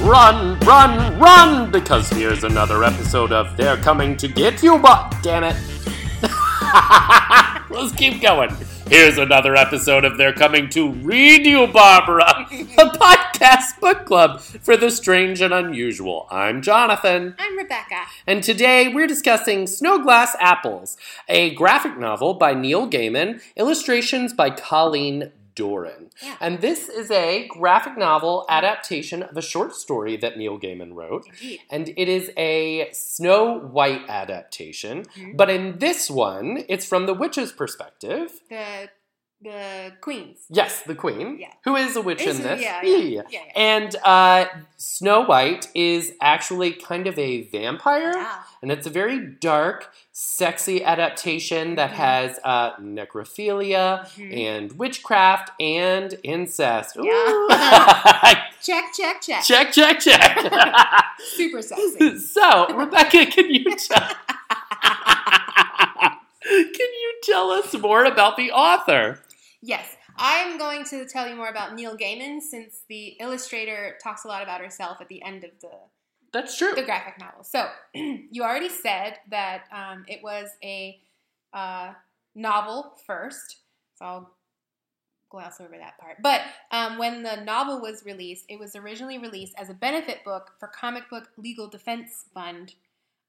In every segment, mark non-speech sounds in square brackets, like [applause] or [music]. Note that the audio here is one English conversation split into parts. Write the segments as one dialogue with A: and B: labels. A: run, run, run, because here's another episode of They're Coming to Get You, but damn it. [laughs] Let's keep going. Here's another episode of They're Coming to Read You, Barbara, [laughs] a podcast book club for the strange and unusual. I'm Jonathan.
B: I'm Rebecca.
A: And today we're discussing Snow Glass Apples, a graphic novel by Neil Gaiman, illustrations by Colleen Doran.
B: Yeah.
A: And this is a graphic novel adaptation of a short story that Neil Gaiman wrote.
B: Indeed.
A: And it is a Snow White adaptation.
B: Mhm.
A: But in this one, it's from the witch's perspective.
B: The the queens.
A: Yes, the queen,
B: Yeah.
A: who is a witch
B: Is-
A: in this.
B: yeah,
A: yeah.
B: Yeah, yeah.
A: And uh, Snow White is actually kind of a vampire.
B: Ah,
A: And it's a very dark, sexy adaptation that
B: Mhm.
A: has uh, necrophilia
B: mhm.
A: and witchcraft and incest. Ooh. [laughs]
B: Yeah. Check, check, check.
A: check, check, [laughs] check.
B: Super sexy.
A: so, Rebecca, can you tell? [laughs] can you tell us more about the author?
B: yes. I'm going to tell you more about Neil Gaiman since the illustrator talks a lot about herself at the end of the,
A: That's true.
B: the graphic novel. So, [clears throat] you already said that um, it was a uh, novel first. So, I'll gloss over that part. But um, when the novel was released, it was originally released as a benefit book for Comic Book Legal Defense Fund,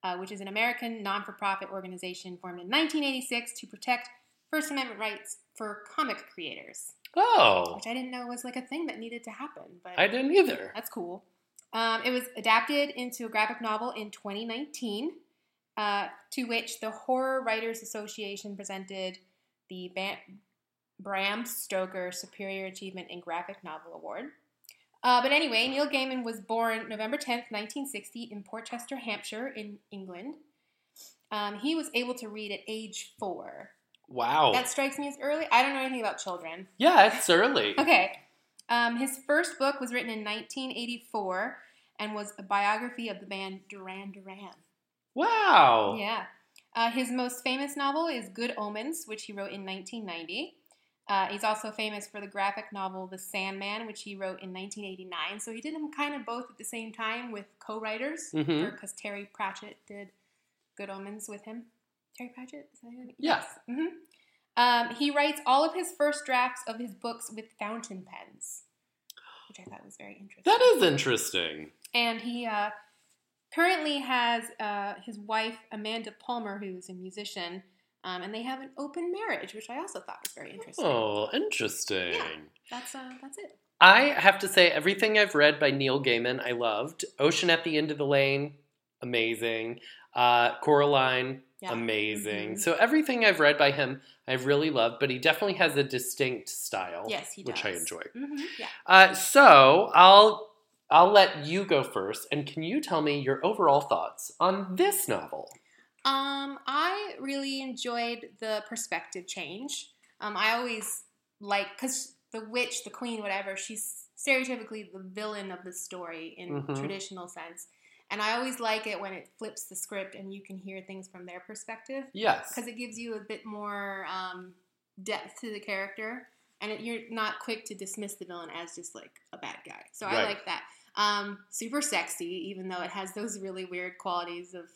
B: uh, which is an American non for profit organization formed in 1986 to protect First Amendment rights for comic creators,
A: Oh,
B: which I didn't know was like a thing that needed to happen. But
A: I didn't either.
B: that's cool. Um, it was adapted into a graphic novel in 2019, uh, to which the Horror Writers Association presented the Ban- Bram Stoker Superior Achievement in Graphic Novel Award. Uh, but anyway, Neil Gaiman was born November 10th, 1960, in Portchester, Hampshire, in England. Um, he was able to read at age four.
A: Wow.
B: That strikes me as early. I don't know anything about children.
A: [laughs] yeah, it's early.
B: Okay. Um, his first book was written in 1984 and was a biography of the band Duran Duran.
A: Wow.
B: Yeah. Uh, his most famous novel is Good Omens, which he wrote in 1990. Uh, he's also famous for the graphic novel The Sandman, which he wrote in 1989. So he did them kind of both at the same time with co writers, because
A: Mhm.
B: Terry Pratchett did Good Omens with him. Terry Pratchett? Is that who it-
A: Yeah.
B: Mhm. Um, he writes all of his first drafts of his books with fountain pens, which I thought was very interesting.
A: That is interesting.
B: And he uh, currently has uh, his wife, Amanda Palmer, who's a musician, um, and they have an open marriage, which I also thought was very interesting.
A: Oh, interesting.
B: Yeah. That's, uh, that's it.
A: I have to say, everything I've read by Neil Gaiman, I loved. Ocean at the End of the Lane, amazing. Uh, Coraline,
B: Yeah.
A: amazing.
B: Mhm.
A: So everything I've read by him, I've really loved. But he definitely has a distinct style,
B: Yes, he does.
A: which I enjoy.
B: Mhm, Yeah.
A: Uh, so I'll I'll let you go first, and can you tell me your overall thoughts on this novel?
B: Um, I really enjoyed the perspective change. Um, I always like because the witch, the queen, whatever, she's stereotypically the villain of the story in
A: Mhm.
B: traditional sense, and I always like it when it flips the script and you can hear things from their perspective
A: Yes.
B: because it gives you a bit more um, depth to the character, and it, you're not quick to dismiss the villain as just like a bad guy. So I
A: Right.
B: like that. Um, super sexy, even though it has those really weird qualities of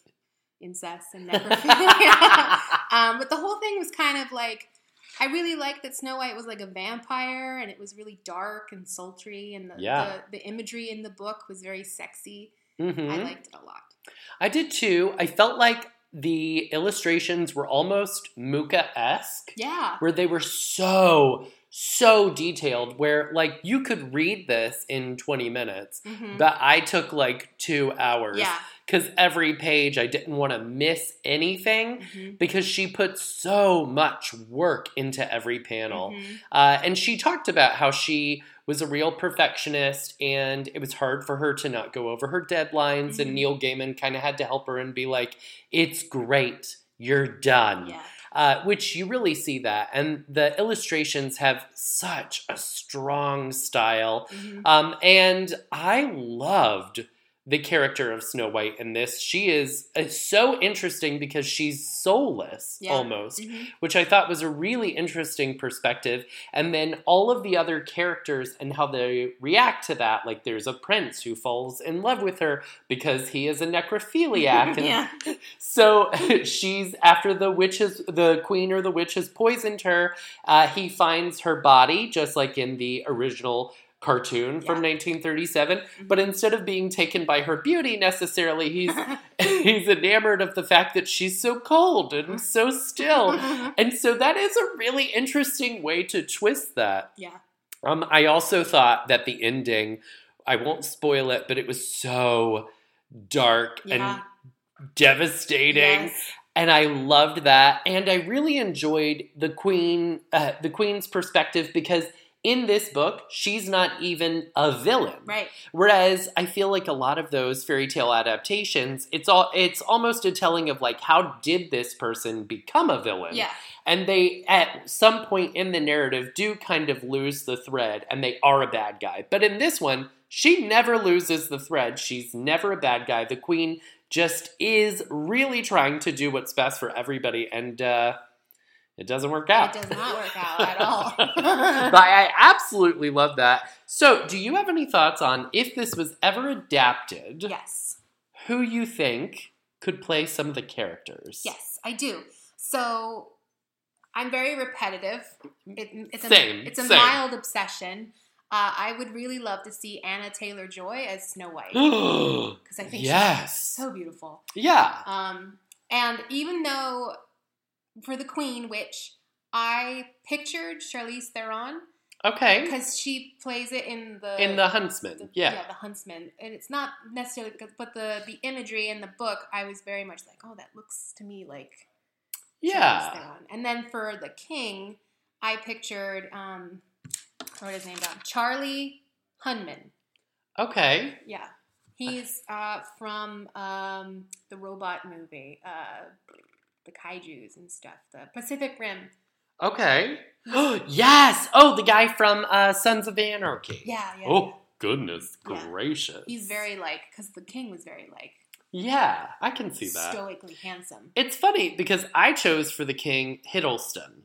B: incest and [laughs]
A: [laughs]
B: necrophilia. um, but the whole thing was kind of like. I really liked that Snow White was like a vampire and it was really dark and sultry and the,
A: Yeah.
B: the, the imagery in the book was very sexy.
A: Mhm.
B: I liked it a lot.
A: I did too. I felt like the illustrations were almost Mooka esque,
B: Yeah.
A: where they were so, so detailed, where like you could read this in 20 minutes,
B: Mhm.
A: but I took like two hours.
B: Yeah.
A: Because every page I didn't want to miss anything
B: Mhm.
A: because she put so much work into every panel.
B: Mhm.
A: Uh, and she talked about how she was a real perfectionist and it was hard for her to not go over her deadlines.
B: Mhm.
A: And Neil Gaiman kind of had to help her and be like, it's great. You're done.
B: Yeah.
A: Uh, which you really see that. And the illustrations have such a strong style.
B: Mhm.
A: Um, and I loved the character of Snow White in this. She is uh, so interesting because she's soulless
B: Yeah.
A: almost,
B: Mhm.
A: which I thought was a really interesting perspective. And then all of the other characters and how they react to that. Like there's a prince who falls in love with her because he is a
B: [laughs]
A: necrophiliac. and
B: yeah.
A: so [laughs] she's after the witches, the queen or the witch has poisoned her. Uh, he finds her body, just like in the original cartoon from 1937. But instead of being taken by her beauty necessarily, he's [laughs] he's enamored of the fact that she's so cold and so
B: [laughs]
A: still. And so that is a really interesting way to twist that.
B: Yeah.
A: Um, I also thought that the ending, I won't spoil it, but it was so dark
B: Yeah.
A: and devastating
B: Yes.
A: and I loved that. And I really enjoyed the queen, uh, the queen's perspective because in this book, she's not even a villain.
B: Right.
A: Whereas I feel like a lot of those fairy tale adaptations, it's all it's almost a telling of like how did this person become a villain?
B: Yeah.
A: And they at some point in the narrative do kind of lose the thread and they are a bad guy. But in this one, she never loses the thread. She's never a bad guy. The queen just is really trying to do what's best for everybody and uh it doesn't work out.
B: It does not work out at all.
A: [laughs]
B: [laughs]
A: but I absolutely love that. So, do you have any thoughts on if this was ever adapted,
B: yes.
A: who you think could play some of the characters?
B: Yes, I do. So I'm very repetitive. It, it's a,
A: Same,
B: It's a
A: same.
B: mild obsession. Uh, I would really love to see Anna Taylor Joy as
A: [gasps]
B: Snow White
A: Yes.
B: because I think
A: yes.
B: she's so beautiful.
A: yeah.
B: Um, and even though for the Queen, which I pictured Charlize Theron
A: Okay.
B: because she plays it in the
A: In the Huntsman.
B: the-
A: Yeah.
B: the huntsman and it's not necessarily because but the the imagery in the book i was very much like oh that looks to me like Charlize
A: Yeah.
B: Theron. and then for the king i pictured um I wrote his name down charlie hunman
A: Okay.
B: yeah he's uh from um the robot movie uh the kaijus and stuff the pacific rim
A: Okay. [gasps] yes. Oh, the guy from uh, Sons of Anarchy.
B: yeah yeah yeah.
A: Oh, goodness
B: Yeah.
A: gracious.
B: he's very like because the king was very like
A: Yeah, I can see that.
B: stoically handsome
A: It's funny because I chose for the king Hiddleston.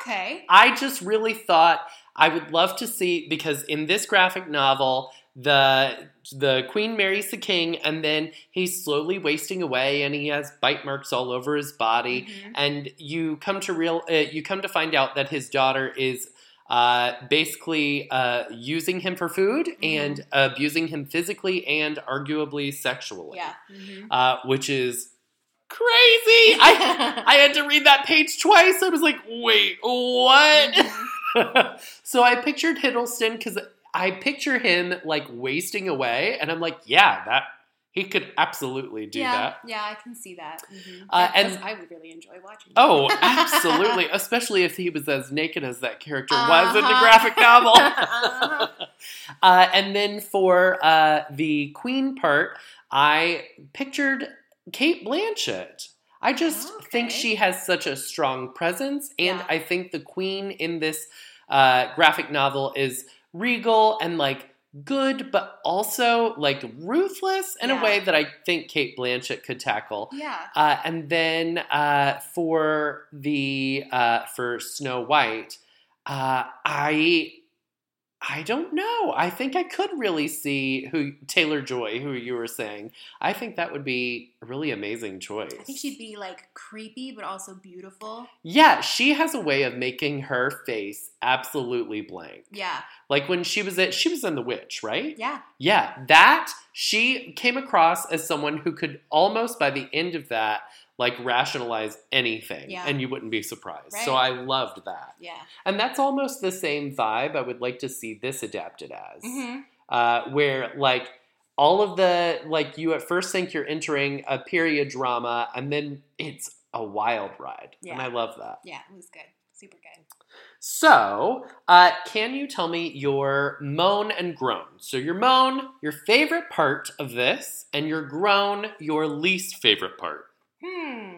B: okay
A: I just really thought I would love to see because in this graphic novel, the the queen marries the king and then he's slowly wasting away and he has bite marks all over his body
B: Mhm.
A: and you come to real uh, you come to find out that his daughter is uh, basically uh, using him for food
B: Mhm.
A: and abusing him physically and arguably sexually
B: yeah Mhm.
A: uh, which is crazy I,
B: [laughs]
A: I had to read that page twice i was like wait
B: [laughs]
A: what
B: Mhm.
A: so I pictured Hiddleston because I picture him like wasting away, and I'm like, yeah, that he could absolutely do
B: yeah,
A: that.
B: Yeah, I can see that. Mhm.
A: Uh,
B: That's-
A: and-
B: I would really enjoy watching. that. [laughs]
A: Oh, absolutely, especially if he was as naked as that character was in the
B: Uh-huh.
A: graphic
B: [laughs]
A: novel. [laughs]
B: Uh-huh.
A: Uh, and then for uh, the queen part, I pictured Kate Blanchett. I just think
B: Oh, Okay.
A: she has such a strong presence, and
B: Yeah.
A: I think the queen in this uh, graphic novel is regal and like good, but also like ruthless in
B: Yeah.
A: a way that I think Kate Blanchett could tackle.
B: yeah.
A: Uh, and then uh, for the uh, for Snow White, uh, I I don't know. I think I could really see who Taylor Joy, who you were saying. I think that would be a really amazing choice.
B: I think she'd be like creepy, but also beautiful.
A: yeah, she has a way of making her face absolutely blank.
B: Yeah,
A: Like when she was at she was in The Witch, right?
B: yeah,
A: Yeah, that she came across as someone who could almost by the end of that like rationalize anything
B: Yeah.
A: and you wouldn't be surprised. So I
B: Right.
A: loved that.
B: yeah.
A: And that's almost the same vibe I would like to see this adapted as.
B: Mhm.
A: Uh, where like all of the like you at first think you're entering a period drama and then it's a wild ride. And
B: Yeah.
A: I love that.
B: Yeah, it was good. Super good.
A: So, uh, can you tell me your moan and groan? So, your moan, your favorite part of this, and your groan, your least favorite part.
B: Hmm.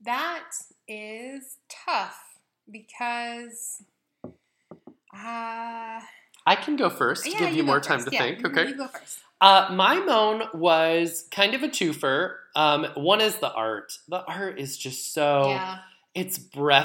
B: That is tough because uh,
A: I can go first to
B: Yeah,
A: give you,
B: go
A: more time
B: first.
A: to
B: Yeah,
A: think.
B: no,
A: Okay.
B: you go first.
A: Uh, my moan was kind of a twofer. Um, one is the art. The art is just so
B: yeah.
A: it's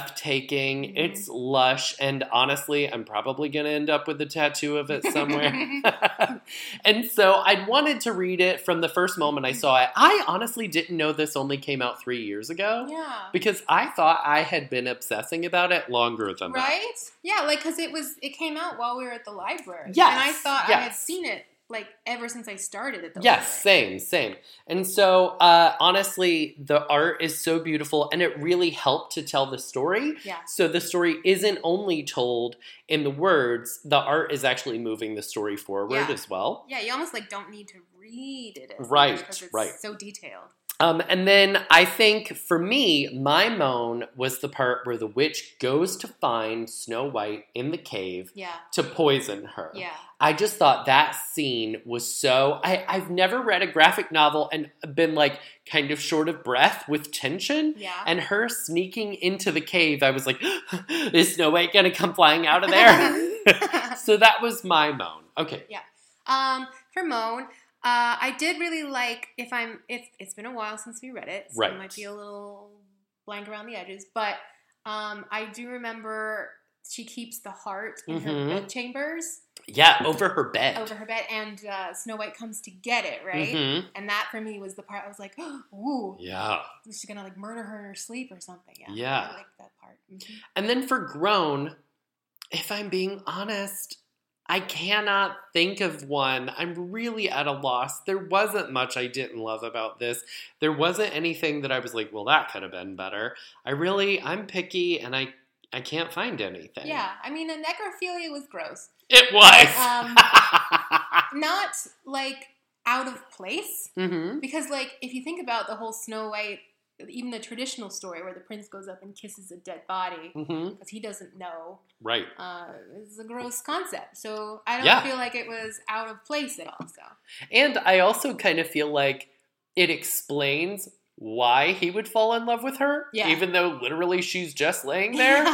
A: breathtaking.
B: Mhm.
A: It's lush, and honestly, I'm probably gonna end up with a tattoo of it somewhere.
B: [laughs]
A: [laughs] and so I wanted to read it from the first moment I saw it. I honestly didn't know this only came out three years ago
B: Oh, yeah.
A: because I thought I had been obsessing about it longer than that.
B: Right? Yeah, like because it was it came out while we were at the library.
A: Yes,
B: And I thought I had
A: yes.
B: seen it like ever since I started at the
A: Yes, same,
B: library.
A: same. And so, uh, honestly, the art is so beautiful and it really helped to tell the story.
B: Yes. Yeah.
A: So, the story isn't only told in the words, the art is actually moving the story forward
B: Yeah.
A: as well.
B: Yeah, you almost like don't need to read it. as much
A: Right,
B: 'cause it's
A: right.
B: So detailed.
A: Um, and then I think for me, my moan was the part where the witch goes to find Snow White in the cave
B: Yeah.
A: to poison her.
B: Yeah.
A: I just thought that scene was so. I, I've never read a graphic novel and been like kind of short of breath with tension.
B: Yeah.
A: And her sneaking into the cave, I was like, [gasps] is Snow White gonna come flying out of
B: [laughs]
A: there? so that was my moan. Okay.
B: um, for Moan, uh, I did really like if I'm if it's been a while since we read it, so
A: Right.
B: it might be a little blank around the edges, but um, I do remember she keeps the heart in
A: Mhm.
B: her bed chambers.
A: Yeah, over her bed.
B: over her bed, and uh, Snow White comes to get it, right?
A: Mhm.
B: And that for me was the part I was like, [gasps] ooh,
A: Yeah.
B: she's gonna like murder her in her sleep or something. Yeah,
A: Yeah.
B: I like that part. Mhm.
A: And then for grown, if I'm being honest, I cannot think of one. I'm really at a loss. There wasn't much I didn't love about this. There wasn't anything that I was like, well, that could have been better. I really, I'm picky and I, I can't find anything.
B: Yeah, I mean, the necrophilia was gross.
A: It was. [laughs]
B: Um, Not like out of place,
A: hmm
B: because like if you think about the whole Snow White, even the traditional story where the prince goes up and kisses a dead body
A: hmm
B: because he doesn't know,
A: Right.
B: uh, it's a gross concept. So I don't
A: Yeah.
B: feel like it was out of place at all. So
A: And I also kind of feel like it explains why he would fall in love with her,
B: Yeah.
A: even though literally she's just
B: [laughs]
A: laying there.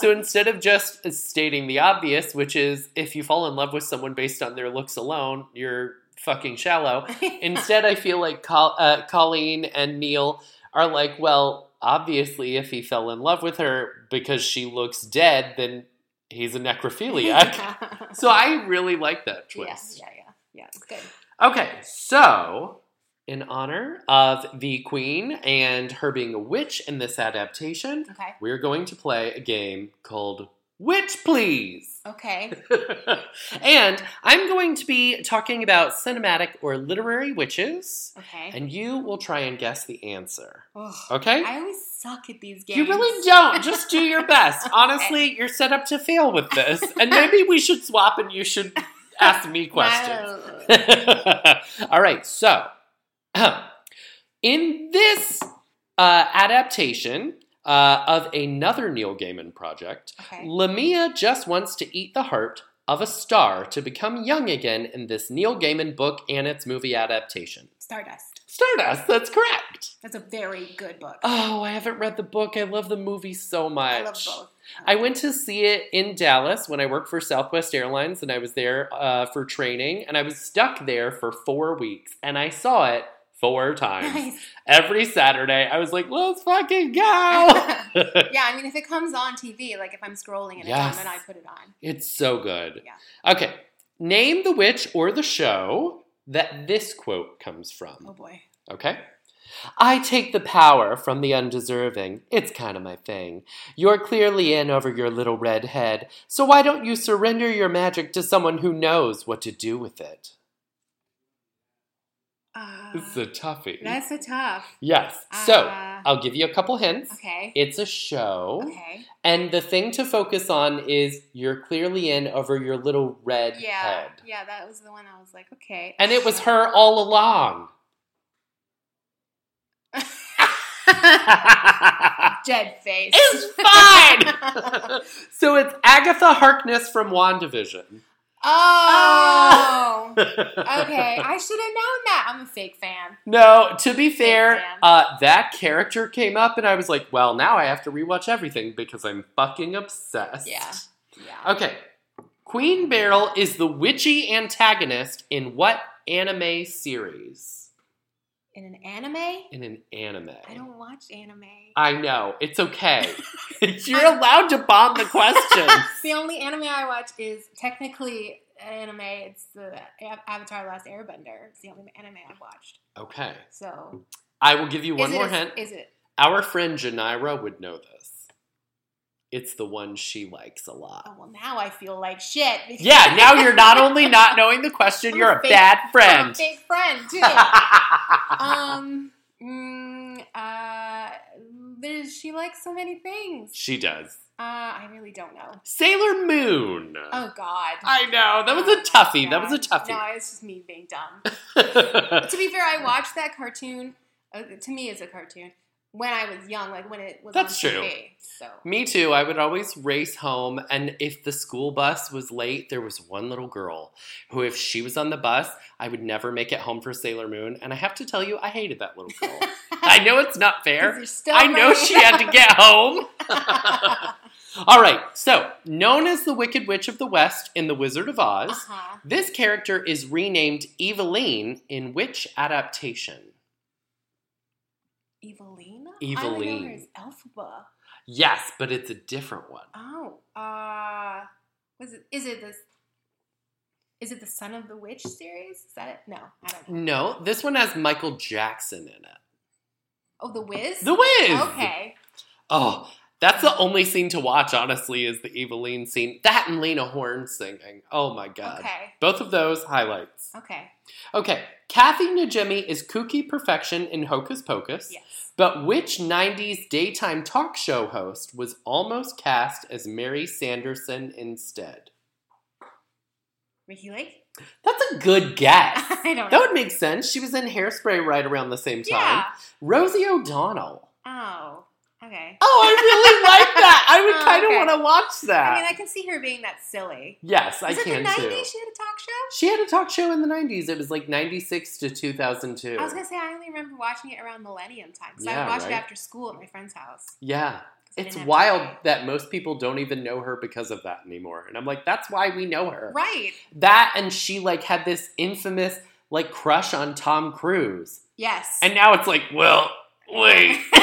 A: So instead of just stating the obvious, which is if you fall in love with someone based on their looks alone, you're fucking shallow. Instead, I feel like Col- uh, Colleen and Neil are like, well, obviously, if he fell in love with her because she looks dead, then he's a [laughs] necrophiliac.
B: [laughs]
A: so I really like that
B: Yeah,
A: twist.
B: yeah, yeah, yeah. It's good.
A: Okay, so in honor of the queen and her being a witch in this adaptation,
B: Okay.
A: we're going to play a game called Which Please. [laughs]
B: Okay.
A: and I'm going to be talking about cinematic or literary witches,
B: Okay.
A: and you will try and guess the answer.
B: Ugh.
A: Okay?
B: I always suck at these games.
A: You really don't. Just do your best. Honestly, you're set up to fail with this. And maybe we should swap and you should ask me questions. [laughs]
B: Wow.
A: All right, so um, in this uh, adaptation uh, of another Neil Gaiman project, [laughs]
B: okay.
A: Lamia just wants to eat the heart of a star to become young again in this Neil Gaiman book and its movie adaptation.
B: Stardust.
A: Stardust, that's correct.
B: That's a very good book.
A: Oh, I haven't read the book. I love the movie so much.
B: I love both.
A: I
B: [laughs]
A: went to see it in Dallas when I worked for Southwest Airlines and I was there uh, for training and I was stuck there for four weeks and I saw it four times. [laughs]
B: Nice.
A: Every Saturday, I was like, let's fucking [laughs] go.
B: [laughs] yeah, I mean, if it comes on TV, like if I'm scrolling and
A: Yes.
B: it's on, then I put it on.
A: it's so good.
B: Yeah.
A: Okay, name the witch or the show that this quote comes
B: Oh
A: from.
B: boy.
A: Okay? I take the power from the undeserving. It's kind of my thing. You're clearly in over your little red head, so why don't you surrender your magic to someone who knows what to do with it?
B: Uh,
A: It's a toughie.
B: that's so tough.
A: yes. so,
B: Uh,
A: I'll give you a couple hints.
B: okay.
A: It's a show,
B: Okay.
A: and the thing to focus on is you're clearly in over your little red
B: Yeah.
A: head.
B: Yeah, that was the one I was like, okay. Uh,
A: And it was her all
B: [laughs]
A: along.
B: Dead face.
A: It's fine. so it's Agatha Harkness from WandaVision. [laughs] Ah!
B: Oh. okay, I should have known that. I'm a fake fan.
A: No, to be fair,
B: fan.
A: uh, that character came up, and I was like, well, now I have to rewatch everything because I'm fucking obsessed.
B: Yeah. Yeah.
A: Okay. Queen Beryl is the witchy antagonist in what anime series?
B: In an anime? I
A: In an anime.
B: don't watch anime.
A: I know. It's okay. [laughs] You're allowed to bomb the question.
B: [laughs] the only anime I watch is technically an anime. It's the A- Avatar: Last Airbender. It's the only anime I've watched.
A: okay.
B: So
A: I will give you one
B: is
A: more
B: it, a-
A: hint.
B: Is it?
A: Our friend Janira would know this. It's the one she likes a lot.
B: Oh well, now I feel like shit.
A: Yeah, now you're not only not knowing the question,
B: I'm
A: you're
B: a
A: a
B: fake-
A: bad
B: I'm a
A: friend.
B: big
A: [laughs]
B: friend too. um. mm, uh, there's, she likes so many things.
A: she does.
B: Uh, I really don't know.
A: Sailor Moon.
B: Oh God. Oh,
A: I know. That was a toughie. That was a toughie.
B: No, it's just me being dumb.
A: [laughs]
B: to be fair, I watched that cartoon. Uh, to me, it's a cartoon. When I was young, like when it was
A: That's
B: on
A: true.
B: TV, so
A: Me too. I would always race home, and if the school bus was late, there was one little girl who, if she was on the bus, I would never make it home for Sailor Moon. And I have to tell you, I hated that little girl. [laughs]
B: [laughs]
A: I know it's not fair.
B: You're still
A: I know
B: right.
A: she had
B: [laughs]
A: to get home. All right, so known as the Wicked Witch of the West in The Wizard of Oz,
B: uh-huh.
A: this character is renamed Eveline in which adaptation?
B: Evelina. I
A: Eveline.
B: know her as Elphaba.
A: Yes, but it's a different one.
B: Oh, uh, was it? Is it this? Is it the Son of the Witch series? Is that it? No, I don't know.
A: No, this one has Michael Jackson in it.
B: Oh, the Wiz.
A: The Wiz.
B: Okay.
A: Oh, that's the only scene to watch, honestly, is the Eveline scene. That and Lena Horne singing. Oh my god.
B: Okay.
A: Both of those highlights.
B: Okay.
A: Okay, Kathy Najimy is kooky perfection in Hocus Pocus,
B: Yes.
A: but which 90s daytime talk show host was almost cast as Mary Sanderson instead?
B: Ricky Lake.
A: That's a good guess.
B: [laughs] I don't. know.
A: that would make sense. She was in Hairspray right around the same time.
B: yeah.
A: Rosie
B: [laughs]
A: O'Donnell.
B: Oh. Okay.
A: Oh, I really like that. I would
B: Oh,
A: kind of
B: okay.
A: want to watch that.
B: I mean, I can see her being that silly.
A: yes, I
B: Was it
A: can
B: the 90s
A: too.
B: she had a talk show?
A: She had a talk show in the 90s. It was like 96 to 2002.
B: I was going to say, I only remember watching it around millennium time. So I
A: Yeah,
B: would watch
A: right?
B: it after school at my friend's house. 'cause
A: yeah.
B: I
A: It's
B: didn't have
A: wild
B: TV.
A: that most people don't even know her because of that anymore. And I'm like, that's why we know her.
B: Right.
A: That and she like had this infamous like crush on Tom Cruise.
B: Yes.
A: And now it's like, well, wait.
B: [laughs]
A: [laughs]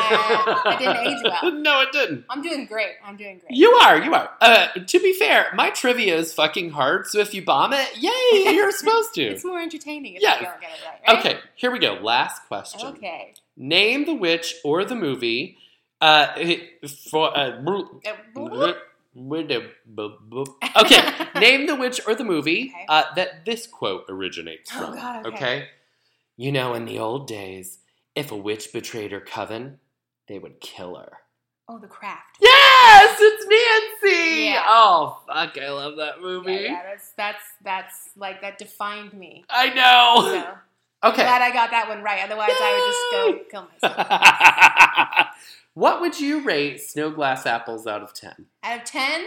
B: I didn't age well.
A: no, it didn't.
B: I'm doing great. I'm doing great.
A: You are, you are. Uh, to be fair, my trivia is fucking hard, so if you bomb it, yay, you're supposed to.
B: [laughs] It's more entertaining if
A: Yes.
B: you don't get it right. right?
A: Okay, here we go. Last question.
B: Okay.
A: Name the witch or the movie uh, it- for uh, br-
B: [laughs] Uh,
A: br- with a bu- bu- Okay, name the witch or the movie
B: Okay.
A: uh, that this quote originates
B: Oh,
A: from.
B: God, okay.
A: You know, in the old days, if a witch betrayed her coven, they would kill her.
B: [laughs] Oh, The Craft.
A: Yes, it's Nancy.
B: Yeah.
A: Oh fuck, I love that movie.
B: Yeah, yeah, that's, that's, that's like, that defined
A: [laughs]
B: me.
A: I
B: So,
A: know. [laughs] Okay.
B: glad I got that one right. Otherwise, I would just go kill myself.
A: what would you rate snow glass apples out of 10?
B: Out of 10,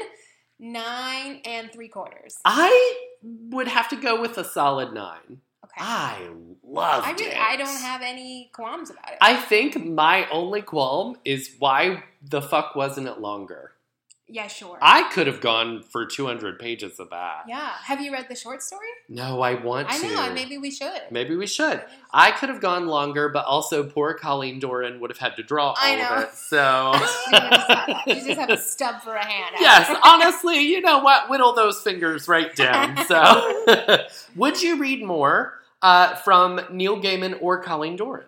B: 9 and 3 quarters.
A: Ah, I would have to go with a solid 9.
B: Okay.
A: I loved
B: I really,
A: it.
B: I don't have any qualms about it.
A: I think my only qualm is why the fuck wasn't it longer?
B: yeah, sure.
A: I could have gone for 200 pages of that.
B: yeah. Have you read the short story?
A: No, I want
B: I
A: to.
B: know. and Maybe we should.
A: Maybe we should. I could have gone longer, but also poor Colleen Doran would have had to draw all
B: I know.
A: of it.
B: [laughs]
A: So,
B: She would have said that. You just have a stub for a hand.
A: Oh. [laughs] yes, honestly, you know what? Whittle those fingers right down. [laughs] So, would you read more uh, from Neil Gaiman or Colleen Doran?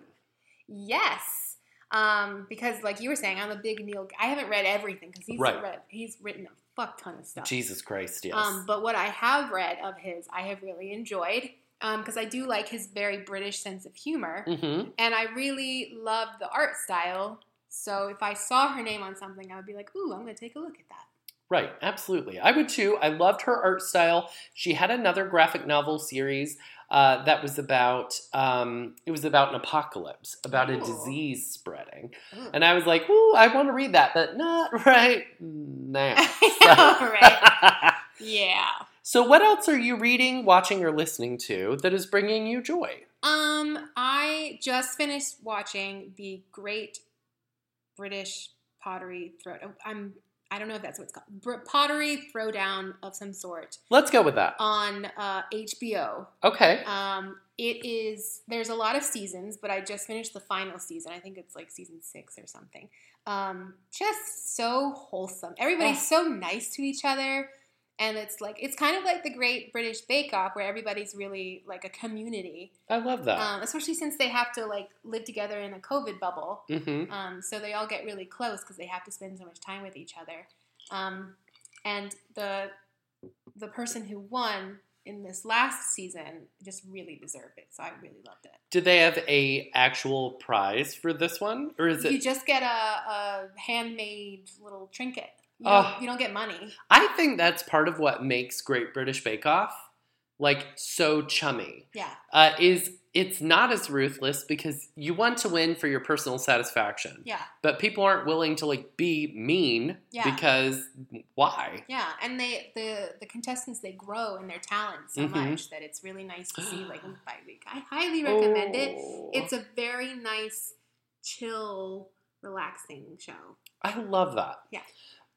B: Yes. Um, because like you were saying, I'm a big Neil. I haven't read everything because he's
A: Right.
B: read, he's written a fuck ton of stuff.
A: Jesus Christ, yes.
B: Um, but what I have read of his, I have really enjoyed because I do like his very British sense of humor.
A: Mhm.
B: and I really loved the art style. So if I saw her name on something, I would be like, "Ooh, I'm gonna take a look at that."
A: Right, absolutely. I would too. I loved her art style. She had another graphic novel series uh, that was about um, it was about an apocalypse, about a
B: Ooh.
A: disease spreading.
B: Ooh. [laughs]
A: And I was like, ooh, I want to read that, but not right now.
B: All right. Yeah.
A: so, what else are you reading, watching, or listening to that is bringing you joy?
B: Um, I just finished watching the Great British Pottery Throat. Oh, I'm I don't know if that's what it's called, br- pottery throwdown of some sort
A: Let's go with that.
B: on uh, HBO.
A: Okay.
B: Um, it is there's a lot of seasons, but I just finished the final season. I think it's like season six or something. Um, just so wholesome. Everybody's so nice to each other, and it's like it's kind of like the Great British Bake Off, where everybody's really like a community.
A: I love that.
B: Um, especially since they have to like live together in a COVID bubble,
A: mm-hmm.
B: um, so they all get really close because they have to spend so much time with each other. Um, and the the person who won in this last season just really deserved it, so I really loved it.
A: Do they have a actual prize for this one, or is it?
B: You just get a, a handmade little trinket. You,
A: Oh.
B: don't, you don't get money.
A: I think that's part of what makes Great British Bake Off like so chummy.
B: Yeah,
A: Uh, is it's not as ruthless because you want to win for your personal satisfaction,
B: yeah,
A: but people aren't willing to like be mean
B: Yeah.
A: because why?
B: yeah. And they the the contestants they grow in their talent so
A: Mhm.
B: much that it's really nice to see like week by week. I highly recommend it.
A: Oh,
B: It's a very nice, chill, relaxing show.
A: I love that.
B: Yeah.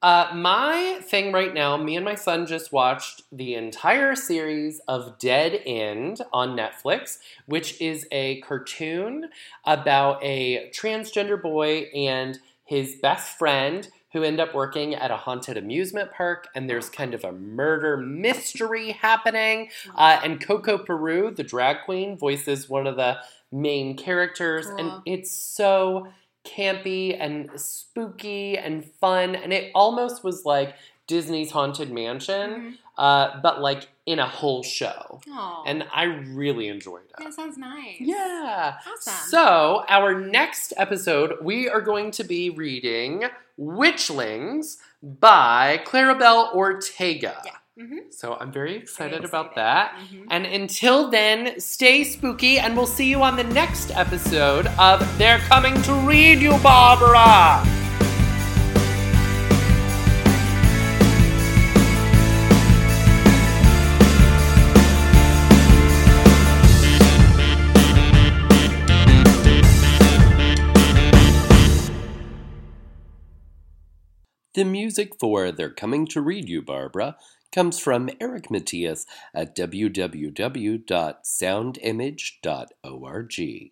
A: Uh, my thing right now, me and my son just watched the entire series of Dead End on Netflix, which is a cartoon about a transgender boy and his best friend who end up working at a haunted amusement park, and there's kind of a murder mystery happening. Uh, and Coco Peru, the drag queen, voices one of the main characters, and
B: Cool.
A: it's so campy and spooky and fun, and it almost was like Disney's Haunted Mansion,
B: Mhm.
A: uh, but like in a whole show.
B: Mm-hmm. Aw.
A: And I really enjoyed it.
B: that sounds nice.
A: Yeah.
B: Awesome.
A: So, our next episode, we are going to be reading Witchlings by Clarabelle Ortega.
B: yeah. hmm
A: So, I'm very excited, about
B: excited.
A: that.
B: Mm-hmm.
A: And until then, stay spooky, and we'll see you on the next episode of They're Coming to Read You, Barbara! The music for They're Coming to Read You, Barbara comes from Eric Matias at www.soundimage.org.